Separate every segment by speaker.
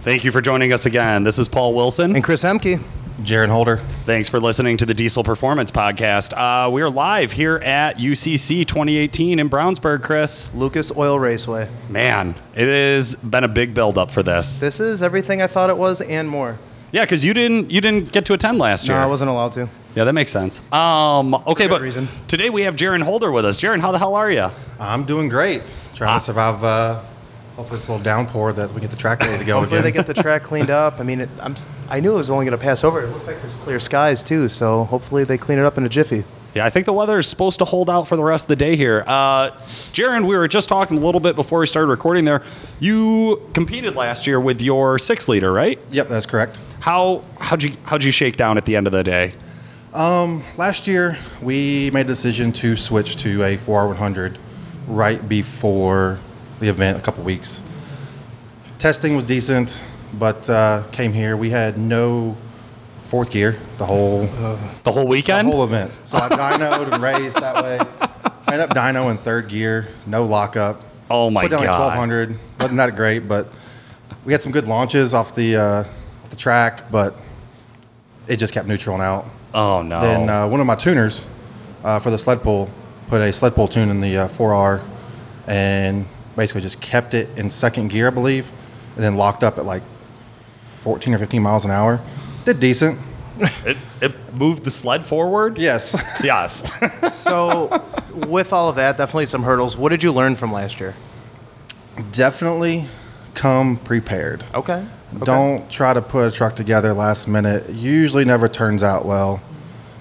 Speaker 1: Thank you for joining us again. This is Paul Wilson.
Speaker 2: And Chris Emke.
Speaker 3: Jaron Holder.
Speaker 1: Thanks for listening to the Diesel Performance Podcast. Uh, we are live here at UCC 2018 in Brownsburg, Chris.
Speaker 2: Lucas Oil Raceway.
Speaker 1: Man, it has been a big build-up for this.
Speaker 2: This is everything I thought it was and more.
Speaker 1: Yeah, because you didn't you didn't get to attend last
Speaker 2: No,
Speaker 1: year.
Speaker 2: I wasn't allowed to.
Speaker 1: Yeah, that makes sense. Um, okay,
Speaker 2: Good
Speaker 1: but
Speaker 2: reason.
Speaker 1: today we have Jaron Holder with us. Jaron, how the hell are you?
Speaker 3: I'm doing great. Trying to survive. Uh, hopefully, this little downpour that we get the track ready to go
Speaker 2: Hopefully
Speaker 3: again.
Speaker 2: they get the track cleaned up. I mean, it, I'm, s- I knew it was only going to pass over. It looks like there's clear skies too, so hopefully they clean it up in a jiffy.
Speaker 1: Yeah, I think the weather is supposed to hold out for the rest of the day here. Uh, Jaron, we were just talking a little bit before we started recording there. You competed last year with your six liter, right?
Speaker 3: yep, that's correct.
Speaker 1: How how'd you how'd you shake down at the end of the day?
Speaker 3: Last year, we made a decision to switch to a 4R100 right before the event, a couple weeks. Testing was decent, but uh, came here. We had no fourth gear the whole
Speaker 1: The whole weekend?
Speaker 3: The whole event. So I dynoed and raced that way. I ended up dyno in third gear, no lockup.
Speaker 1: Oh my
Speaker 3: Put down
Speaker 1: God.
Speaker 3: like 1200. Wasn't that great, but we had some good launches off the uh, off the track, but it just kept neutraling out.
Speaker 1: oh no.
Speaker 3: Then uh, one of my tuners uh, for the sled pull put a sled pull tune in the uh, 4R and basically just kept it in second gear, I believe, and then locked up at like 14 or 15 miles an hour. Did decent.
Speaker 1: it, it moved the sled forward?
Speaker 3: Yes.
Speaker 1: Yes.
Speaker 2: So, with all of that, definitely some hurdles. What did you learn from last year?
Speaker 3: Definitely come prepared.
Speaker 2: Okay. okay.
Speaker 3: Don't try to put a truck together last minute. It usually never turns out well,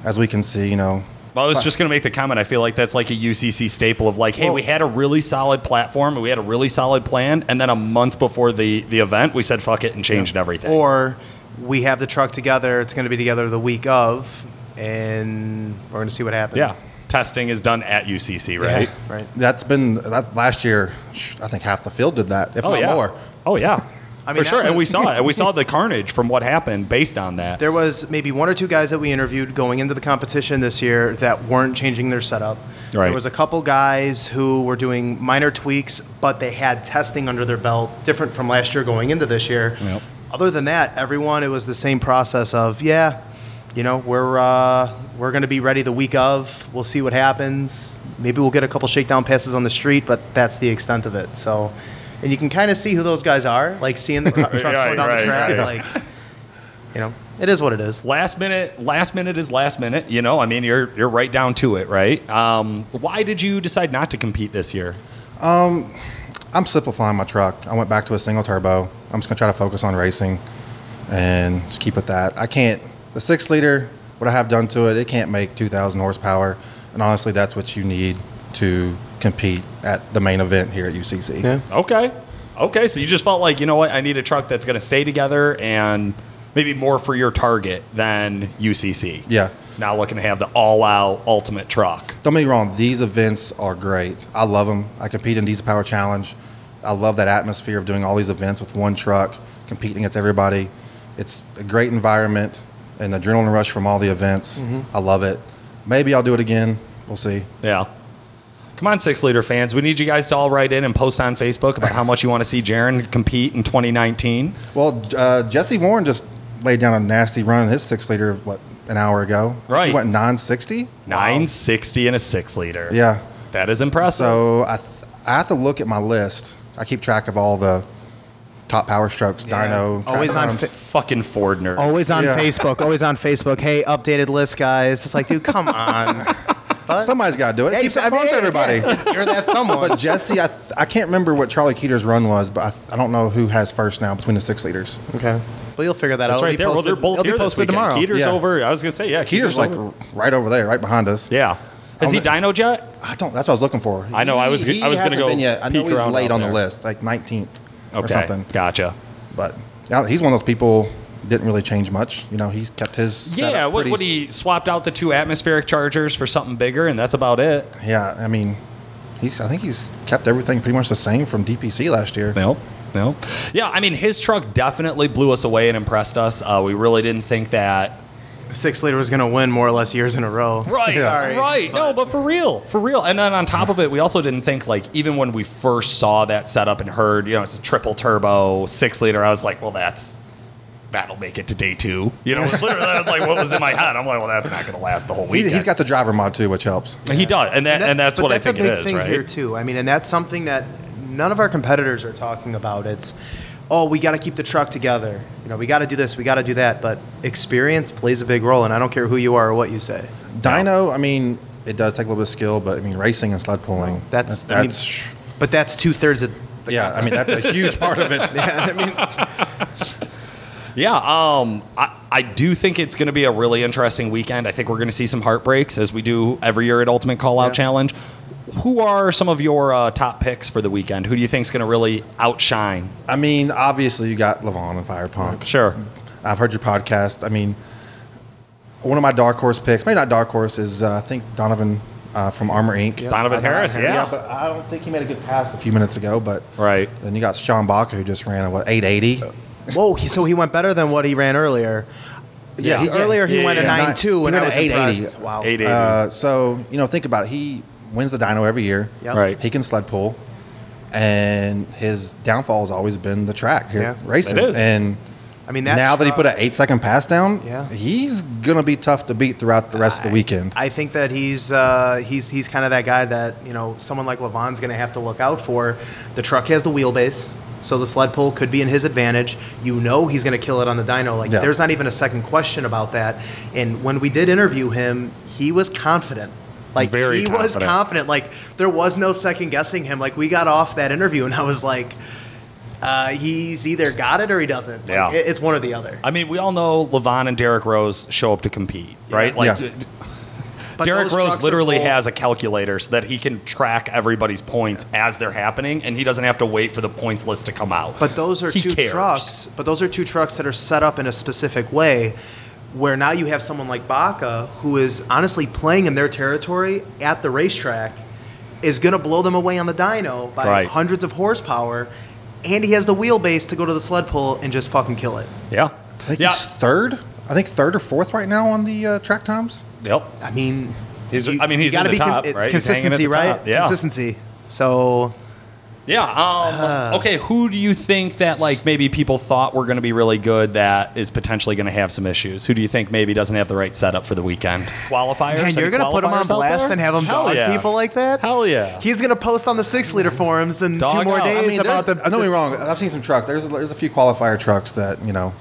Speaker 3: as we can see, you know.
Speaker 1: Well, I was just going to make the comment. I feel like that's like a UCC staple of like, hey, we had a really solid platform and we had a really solid plan, and then a month before the the event, we said fuck it and changed everything.
Speaker 2: Or we have the truck together. It's going to be together the week of, and we're going to see what happens.
Speaker 1: yeah, testing is done at UCC,
Speaker 2: Yeah,
Speaker 1: right?
Speaker 2: Right.
Speaker 3: That's been that last year. sh- I think half the field did that, if
Speaker 1: Oh
Speaker 3: not
Speaker 1: yeah.
Speaker 3: more.
Speaker 1: Oh yeah.
Speaker 2: I mean,
Speaker 1: For sure,
Speaker 2: that
Speaker 1: and we
Speaker 2: was-
Speaker 1: saw it. And we saw the carnage from what happened based on that.
Speaker 2: There was maybe one or two guys that we interviewed going into the competition this year that weren't changing their setup.
Speaker 1: Right.
Speaker 2: There was a couple guys who were doing minor tweaks, but they had testing under their belt, different from last year going into this year.
Speaker 1: Yep.
Speaker 2: Other than that, everyone it was the same process of yeah, you know we're uh, we're going to be ready the week of. We'll see what happens. Maybe we'll get a couple shakedown passes on the street, but that's the extent of it. So, and you can kind of see who those guys are, like seeing the trucks
Speaker 1: Right,
Speaker 2: going down
Speaker 1: right,
Speaker 2: the track,
Speaker 1: right.
Speaker 2: like you know, it is what it is.
Speaker 1: last minute last minute is last minute you know i mean you're you're right down to it right um, why did you decide not to compete this year
Speaker 3: I'm simplifying my truck. I went back to a single turbo. I'm just gonna try to focus on racing and just keep with that. I can't the six liter, what I have done to it, it can't make two thousand horsepower. And honestly that's what you need to compete at the main event here at UCC.
Speaker 2: Yeah.
Speaker 1: okay okay so you just felt like you know what i need a truck that's going to stay together and maybe more for your target than ucc
Speaker 3: Yeah.
Speaker 1: now looking to have the all out ultimate truck
Speaker 3: Don't get me wrong, these events are great. I love them. I compete in Diesel Power Challenge. I love that atmosphere of doing all these events with one truck, competing against everybody. It's a great environment and the adrenaline rush from all the events.
Speaker 2: Mm-hmm.
Speaker 3: I love it. Maybe I'll do it again. We'll see.
Speaker 1: yeah Come on, six liter fans. We need you guys to all write in and post on Facebook about how much you want to see Jaron compete in 2019.
Speaker 3: Well, uh, Jesse Warren just laid down a nasty run in his six liter what an hour ago.
Speaker 1: Right.
Speaker 3: He went nine sixty.
Speaker 1: 960 and a six liter.
Speaker 3: Yeah.
Speaker 1: That is impressive.
Speaker 3: So I th- I have to look at my list. I keep track of all the top power strokes, dyno, track
Speaker 2: Always on
Speaker 3: times.
Speaker 2: fi-
Speaker 1: Fucking Ford nerd.
Speaker 2: Always on
Speaker 3: Yeah.
Speaker 2: Facebook. Always on Facebook. Hey, updated list, guys. It's like, dude, come on. But-
Speaker 3: Somebody's got to do it.
Speaker 2: Yeah,
Speaker 3: Keep
Speaker 2: you
Speaker 3: it
Speaker 2: said- I mean,
Speaker 3: fun for
Speaker 2: yeah,
Speaker 3: everybody.
Speaker 2: yeah, You're that someone.
Speaker 3: But Jesse, I, th- I can't remember what Charlie Keeter's run was, but I, th- I don't know who has first now between the six leaders.
Speaker 2: okay. But you'll figure that
Speaker 1: That's
Speaker 2: out.
Speaker 1: right there.
Speaker 2: It'll be
Speaker 1: Well,
Speaker 2: posted,
Speaker 1: they're both
Speaker 2: it'll be
Speaker 1: here this
Speaker 2: posted
Speaker 1: weekend.
Speaker 2: tomorrow.
Speaker 1: Keter's
Speaker 3: Yeah.
Speaker 1: over. I was gonna say, yeah.
Speaker 3: Keeter's like
Speaker 1: over.
Speaker 3: right over there, right behind us.
Speaker 1: yeah. Has he dynoed yet?
Speaker 3: I don't. That's what I was looking for.
Speaker 1: I know, I was-
Speaker 3: He,
Speaker 1: I was gonna
Speaker 3: hasn't
Speaker 1: go
Speaker 3: Been yet. I know
Speaker 1: peek
Speaker 3: he's
Speaker 1: around
Speaker 3: late
Speaker 1: out
Speaker 3: on
Speaker 1: there.
Speaker 3: the list, like 19th
Speaker 1: Okay.
Speaker 3: or something.
Speaker 1: Gotcha.
Speaker 3: But yeah, he's one of those people didn't really change much. You know, he's kept his
Speaker 1: Yeah.
Speaker 3: setup
Speaker 1: What?
Speaker 3: pretty-
Speaker 1: What? He swapped out the two atmospheric chargers for something bigger, and that's about it.
Speaker 3: Yeah, I mean, he's. I think he's kept everything pretty much the same from DPC last year.
Speaker 1: Nope. Nope. Yeah. I mean, his truck definitely blew us away and impressed us. Uh, we really didn't think that
Speaker 2: six liter was going to win more or less years in a row.
Speaker 1: Right,
Speaker 3: Yeah.
Speaker 2: Sorry,
Speaker 1: right. no, but for real, for real. And then on top of it, we also didn't think like even when we first saw that setup and heard, you know, it's a triple turbo six liter. I was like, well, that's that'll make it to day two. You know, it was literally that was, like what was in my head. I'm like, well, that's not going to last the whole
Speaker 3: He,
Speaker 1: weekend.
Speaker 3: he's got the driver mod too, which helps.
Speaker 1: He does, and that, and, that's
Speaker 2: but
Speaker 1: what I think
Speaker 2: a big
Speaker 1: it is,
Speaker 2: thing
Speaker 1: right?
Speaker 2: Here too. I mean, and that's something that none of our competitors are talking about. It's oh, we got to keep the truck together. You know, we got to do this, we got to do that. But experience plays a big role, and I don't care who you are or what you say.
Speaker 3: Dyno, I mean, it does take a little bit of skill, but I mean, racing and sled pulling.
Speaker 2: That's
Speaker 3: that-
Speaker 2: I mean,
Speaker 3: that's
Speaker 2: but that's two thirds of. The
Speaker 3: yeah. I mean, that's a huge part of it.
Speaker 2: I mean,
Speaker 1: Yeah, um, I, I do think it's going to be a really interesting weekend. I think we're going to see some heartbreaks as we do every year at Ultimate Call Out
Speaker 2: Yeah.
Speaker 1: Challenge. Who are some of your uh, top picks for the weekend? Who do you think is going to really outshine?
Speaker 3: I mean, obviously, you got Levon and Fire Punk.
Speaker 1: Sure.
Speaker 3: I've heard your podcast. I mean, one of my dark horse picks, maybe not dark horse, is uh, I think Donovan uh, from Armor Inc.
Speaker 1: Donovan Harris, yeah.
Speaker 3: but I don't think he made a good pass a few minutes ago. But
Speaker 1: Right.
Speaker 3: then you got Sean Baca who just ran a what 880.
Speaker 2: whoa, he, so he went better than what he ran earlier. Yeah, he, earlier he
Speaker 3: yeah,
Speaker 2: went
Speaker 3: yeah.
Speaker 2: a nine two,
Speaker 3: He
Speaker 2: and I
Speaker 3: went
Speaker 2: was
Speaker 3: an 880.
Speaker 2: impressed. Wow,
Speaker 1: 880.
Speaker 3: Uh, so you know, think about it. He wins the dyno every year.
Speaker 2: Yep.
Speaker 1: Right.
Speaker 3: He can sled pull, and his downfall has always been the track here
Speaker 2: Yeah.
Speaker 3: racing.
Speaker 1: It is.
Speaker 3: And
Speaker 2: I mean, that
Speaker 3: now that he
Speaker 2: truck-
Speaker 3: put an eight second pass down,
Speaker 2: Yeah.
Speaker 3: he's gonna be tough to beat throughout the rest of the weekend.
Speaker 2: I think that he's uh, he's he's kind of that guy that you know someone like Levon's going to have to look out for. The truck has the wheelbase, so the sled pull could be in his advantage. You know he's going to kill it on the dyno. Like
Speaker 3: Yeah.
Speaker 2: there's not even a second question about that. And when we did interview him, he was confident. Like
Speaker 1: Very
Speaker 2: he was
Speaker 1: confident.
Speaker 2: confident. Like there was no second guessing him. Like we got off that interview, and I was like. Uh, he's either got it or he doesn't. Like,
Speaker 1: Yeah.
Speaker 2: it- it's one or the other.
Speaker 1: I mean, we all know Levon and Derek Rose show up to compete, right? Like,
Speaker 3: Yeah.
Speaker 1: d-
Speaker 2: But
Speaker 1: Derek
Speaker 2: those
Speaker 1: Rose
Speaker 2: trucks are
Speaker 1: literally
Speaker 2: full.
Speaker 1: has a calculator so that he can track everybody's points as they're happening, and he doesn't have to wait for the points list to come out.
Speaker 2: But those are
Speaker 1: He
Speaker 2: two
Speaker 1: cares.
Speaker 2: trucks. But those are two trucks that are set up in a specific way, where now you have someone like Baca, who is honestly playing in their territory at the racetrack, is going to blow them away on the dyno by
Speaker 1: Right.
Speaker 2: hundreds of horsepower, and he has the wheelbase to go to the sled pull and just fucking kill it.
Speaker 1: Yeah.
Speaker 3: I think
Speaker 1: yeah.
Speaker 3: he's third. I think third or fourth right now on the uh, track times.
Speaker 1: Yep.
Speaker 2: I mean,
Speaker 1: He's- I mean, he's in
Speaker 2: gotta
Speaker 1: the
Speaker 2: con-
Speaker 1: top,
Speaker 2: it's
Speaker 1: right? He's hanging at the
Speaker 2: Consistency, right?
Speaker 1: top, yeah.
Speaker 2: Consistency. So
Speaker 1: Yeah. Um,
Speaker 2: Ah.
Speaker 1: okay. Who do you think that like maybe people thought were going to be really good that is potentially going to have some issues? Who do you think maybe doesn't have the right setup for the weekend? Qualifiers.
Speaker 2: Man,
Speaker 1: Any
Speaker 2: you're gonna put him on
Speaker 1: qualifiers out
Speaker 2: blast
Speaker 1: there?
Speaker 2: and have him
Speaker 1: Hell
Speaker 2: dog
Speaker 1: yeah.
Speaker 2: people like that?
Speaker 1: Hell yeah.
Speaker 2: He's gonna post on the six liter forums in
Speaker 1: Dog
Speaker 2: two more
Speaker 1: out. I
Speaker 2: days
Speaker 1: mean,
Speaker 3: I mean,
Speaker 2: about
Speaker 3: there's-
Speaker 2: the.
Speaker 3: I know me wrong. I've seen some trucks. There's there's a few qualifier trucks that you know.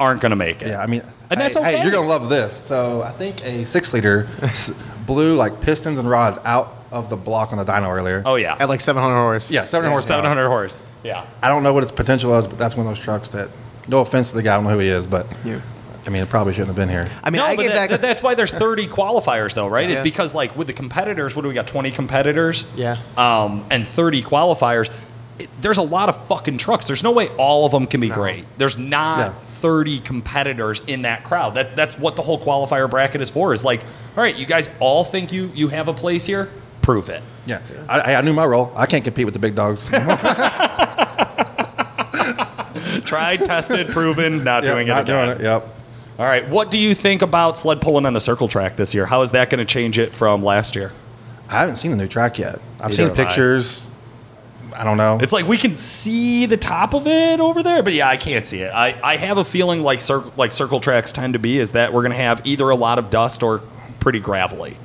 Speaker 1: Aren't going to make it.
Speaker 3: Yeah, I mean,
Speaker 1: And that's
Speaker 3: hey, hey,
Speaker 1: okay.
Speaker 3: you're gonna love this. So I think a six liter s- blew like pistons and rods out of the block on the dyno earlier.
Speaker 1: Oh yeah.
Speaker 2: at like 700 horse.
Speaker 3: yeah, seven horse.
Speaker 1: Seven hundred horse. Yeah.
Speaker 3: I don't know what its potential is, but that's one of those trucks that. No offense to the guy, I don't know who he is, but
Speaker 2: Yeah.
Speaker 3: I mean, it probably shouldn't have been here.
Speaker 2: I mean,
Speaker 1: no,
Speaker 2: I
Speaker 1: but
Speaker 2: get
Speaker 1: that,
Speaker 2: that.
Speaker 1: that- that's why there's 30 qualifiers, though, right? Is
Speaker 2: Yeah.
Speaker 1: because like with the competitors, what do we got? 20 competitors,
Speaker 2: Yeah.
Speaker 1: um, and 30 qualifiers. It- there's a lot of fucking trucks. There's no way all of them can be great. There's not
Speaker 3: Yeah.
Speaker 1: 30 competitors in that crowd. That that's what the whole qualifier bracket is for. Is like, all right, you guys all think you you have a place here. Prove it.
Speaker 3: Yeah, I, I knew my role. I can't compete with the big dogs. Not
Speaker 1: Tried, tested, proven. Not doing it
Speaker 3: not
Speaker 1: again.
Speaker 3: doing it. Yep.
Speaker 1: All right. What do you think about sled pulling on the circle track this year? How is that going to change it from last year?
Speaker 3: I haven't seen the new track yet. I've
Speaker 1: Neither
Speaker 3: seen
Speaker 1: have I.
Speaker 3: pictures. I don't know.
Speaker 1: It's like we can see the top of it over there, but yeah, I can't see it. I, I have a feeling like circle like circle tracks tend to be is that we're gonna have either a lot of dust or pretty gravelly.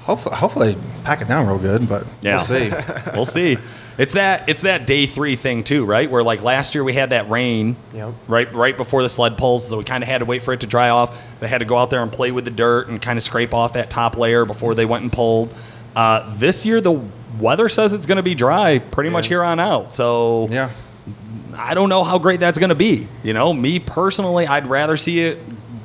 Speaker 3: hopefully, hopefully, pack it down real good, but
Speaker 1: Yeah.
Speaker 3: we'll see.
Speaker 1: We'll see. It's that it's that day three thing too, right? Where like last year we had that rain,
Speaker 2: Yep.
Speaker 1: right right before the sled pulls, so we kind of had to wait for it to dry off. They had to go out there and play with the dirt and kind of scrape off that top layer before they went and pulled. Uh, this year the weather says it's gonna be dry pretty much here on out. So
Speaker 3: yeah.
Speaker 1: I don't know how great that's going to be. You know, me personally, I'd rather see it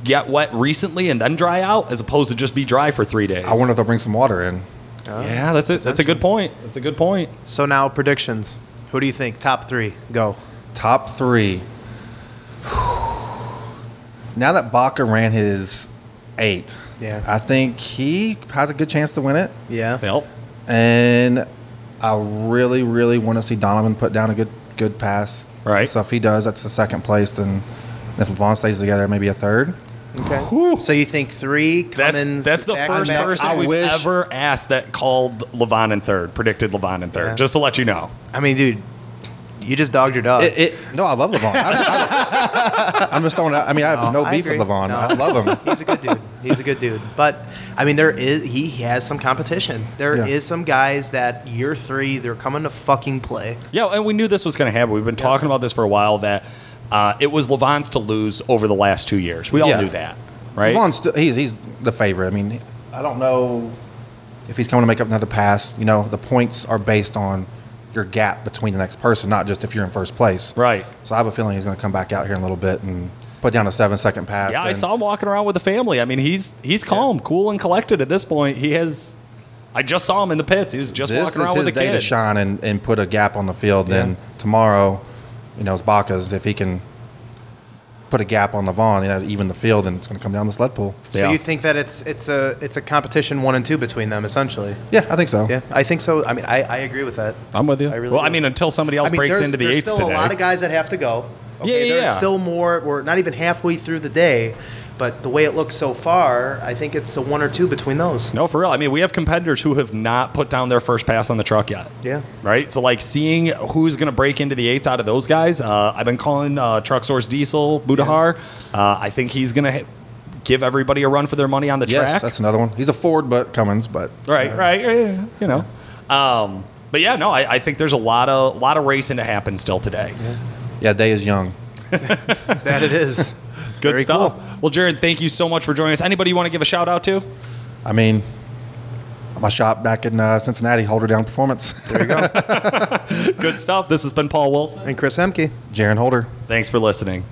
Speaker 1: get wet recently and then dry out as opposed to just be dry for three days.
Speaker 3: I wonder if they'll bring some water in.
Speaker 1: Yeah, that's it. That's a good point. That's a good point.
Speaker 2: So now predictions. Who do you think? Top three. Go.
Speaker 3: Top three. now that Baca ran his eight,
Speaker 2: Yeah.
Speaker 3: I think he has a good chance to win it.
Speaker 2: Yeah.
Speaker 1: Yep.
Speaker 3: And I really, really want to see Donovan put down a good good pass.
Speaker 1: Right.
Speaker 3: So if he does, that's the second place. Then if LeVon stays together, maybe a third.
Speaker 2: Okay.
Speaker 1: Whew.
Speaker 2: So you think three Cummins?
Speaker 1: That's, that's the
Speaker 2: back-
Speaker 1: first
Speaker 2: back-
Speaker 1: person
Speaker 3: I
Speaker 1: we've
Speaker 3: wish-
Speaker 1: ever asked that called Levon in third, predicted Levon in third,
Speaker 2: Yeah.
Speaker 1: just to let you know.
Speaker 2: I mean, dude, you just dogged your dog.
Speaker 3: It, it, no, I love Levon. I, am just throwing. Out, I mean, I have no,
Speaker 2: I
Speaker 3: beef
Speaker 2: agree.
Speaker 3: with Levon.
Speaker 2: No.
Speaker 3: I love him.
Speaker 2: He's a good dude. He's a good dude. But I mean, there is he has some competition. There is
Speaker 3: Yeah.
Speaker 2: some guys that year three they're coming to fucking play.
Speaker 1: Yeah, and we knew this was going to happen. We've been talking about this for a while that uh, it was Levon's to lose over the last two years. We all
Speaker 3: Yeah.
Speaker 1: knew that, right?
Speaker 3: Levon's still, he's he's the favorite. I mean, I don't know if he's coming to make up another pass. You know, the points are based on your gap between the next person, not just if you're in first place.
Speaker 1: Right.
Speaker 3: So I have a feeling he's going to come back out here in a little bit and put down a seven second pass.
Speaker 1: Yeah, I
Speaker 3: and
Speaker 1: saw him walking around with the family. I mean, he's he's calm, cool, and collected at this point. He has. I just saw him in the pits. He was just
Speaker 3: This
Speaker 1: walking
Speaker 3: is
Speaker 1: around
Speaker 3: his
Speaker 1: with a
Speaker 3: day to
Speaker 1: kid.
Speaker 3: shine and, and put a gap on the field. Then tomorrow, you know, it's Baca's. If he can put a gap on Levon, you know, even the field, then it's going to come down the sled pool.
Speaker 2: So
Speaker 1: Yeah.
Speaker 2: you think that it's it's a it's a competition one and two between them essentially?
Speaker 3: Yeah, I think so.
Speaker 2: Yeah, I think so. I mean, I, I agree with that.
Speaker 1: I'm with you.
Speaker 2: I really
Speaker 1: well, I
Speaker 2: do.
Speaker 1: mean, until somebody else
Speaker 2: I mean,
Speaker 1: breaks
Speaker 2: there's,
Speaker 1: into the
Speaker 2: there's
Speaker 1: eights
Speaker 2: still
Speaker 1: today.
Speaker 2: a lot of guys that have to go. Okay,
Speaker 1: Yeah, yeah,
Speaker 2: there's
Speaker 1: yeah.
Speaker 2: still more. We're not even halfway through the day, but the way it looks so far, I think it's a one or two between those.
Speaker 1: No, for real. I mean, we have competitors who have not put down their first pass on the truck yet.
Speaker 2: Yeah.
Speaker 1: Right? So, like, seeing who's going to break into the eights out of those guys, uh, I've been calling uh, Truck Source Diesel, Budahar. Uh, I think he's going to ha- give everybody a run for their money on the
Speaker 3: Yes,
Speaker 1: track.
Speaker 3: that's another one. He's a Ford, but Cummins, but
Speaker 1: right, right. eh, you know. Um, but yeah, no, I, I think there's a lot of lot of racing to happen still today.
Speaker 3: yeah, day is young.
Speaker 2: That it is.
Speaker 1: Good
Speaker 2: Very
Speaker 1: stuff.
Speaker 2: cool.
Speaker 1: Well, Jared, thank you so much for joining us. Anybody you want to give a shout out to?
Speaker 3: I mean, my shop back in uh, Cincinnati, Holder Down Performance. There you go.
Speaker 1: Good stuff. This has been Paul Wilson.
Speaker 2: And Chris Emke.
Speaker 3: Jaron Holder.
Speaker 1: Thanks for listening.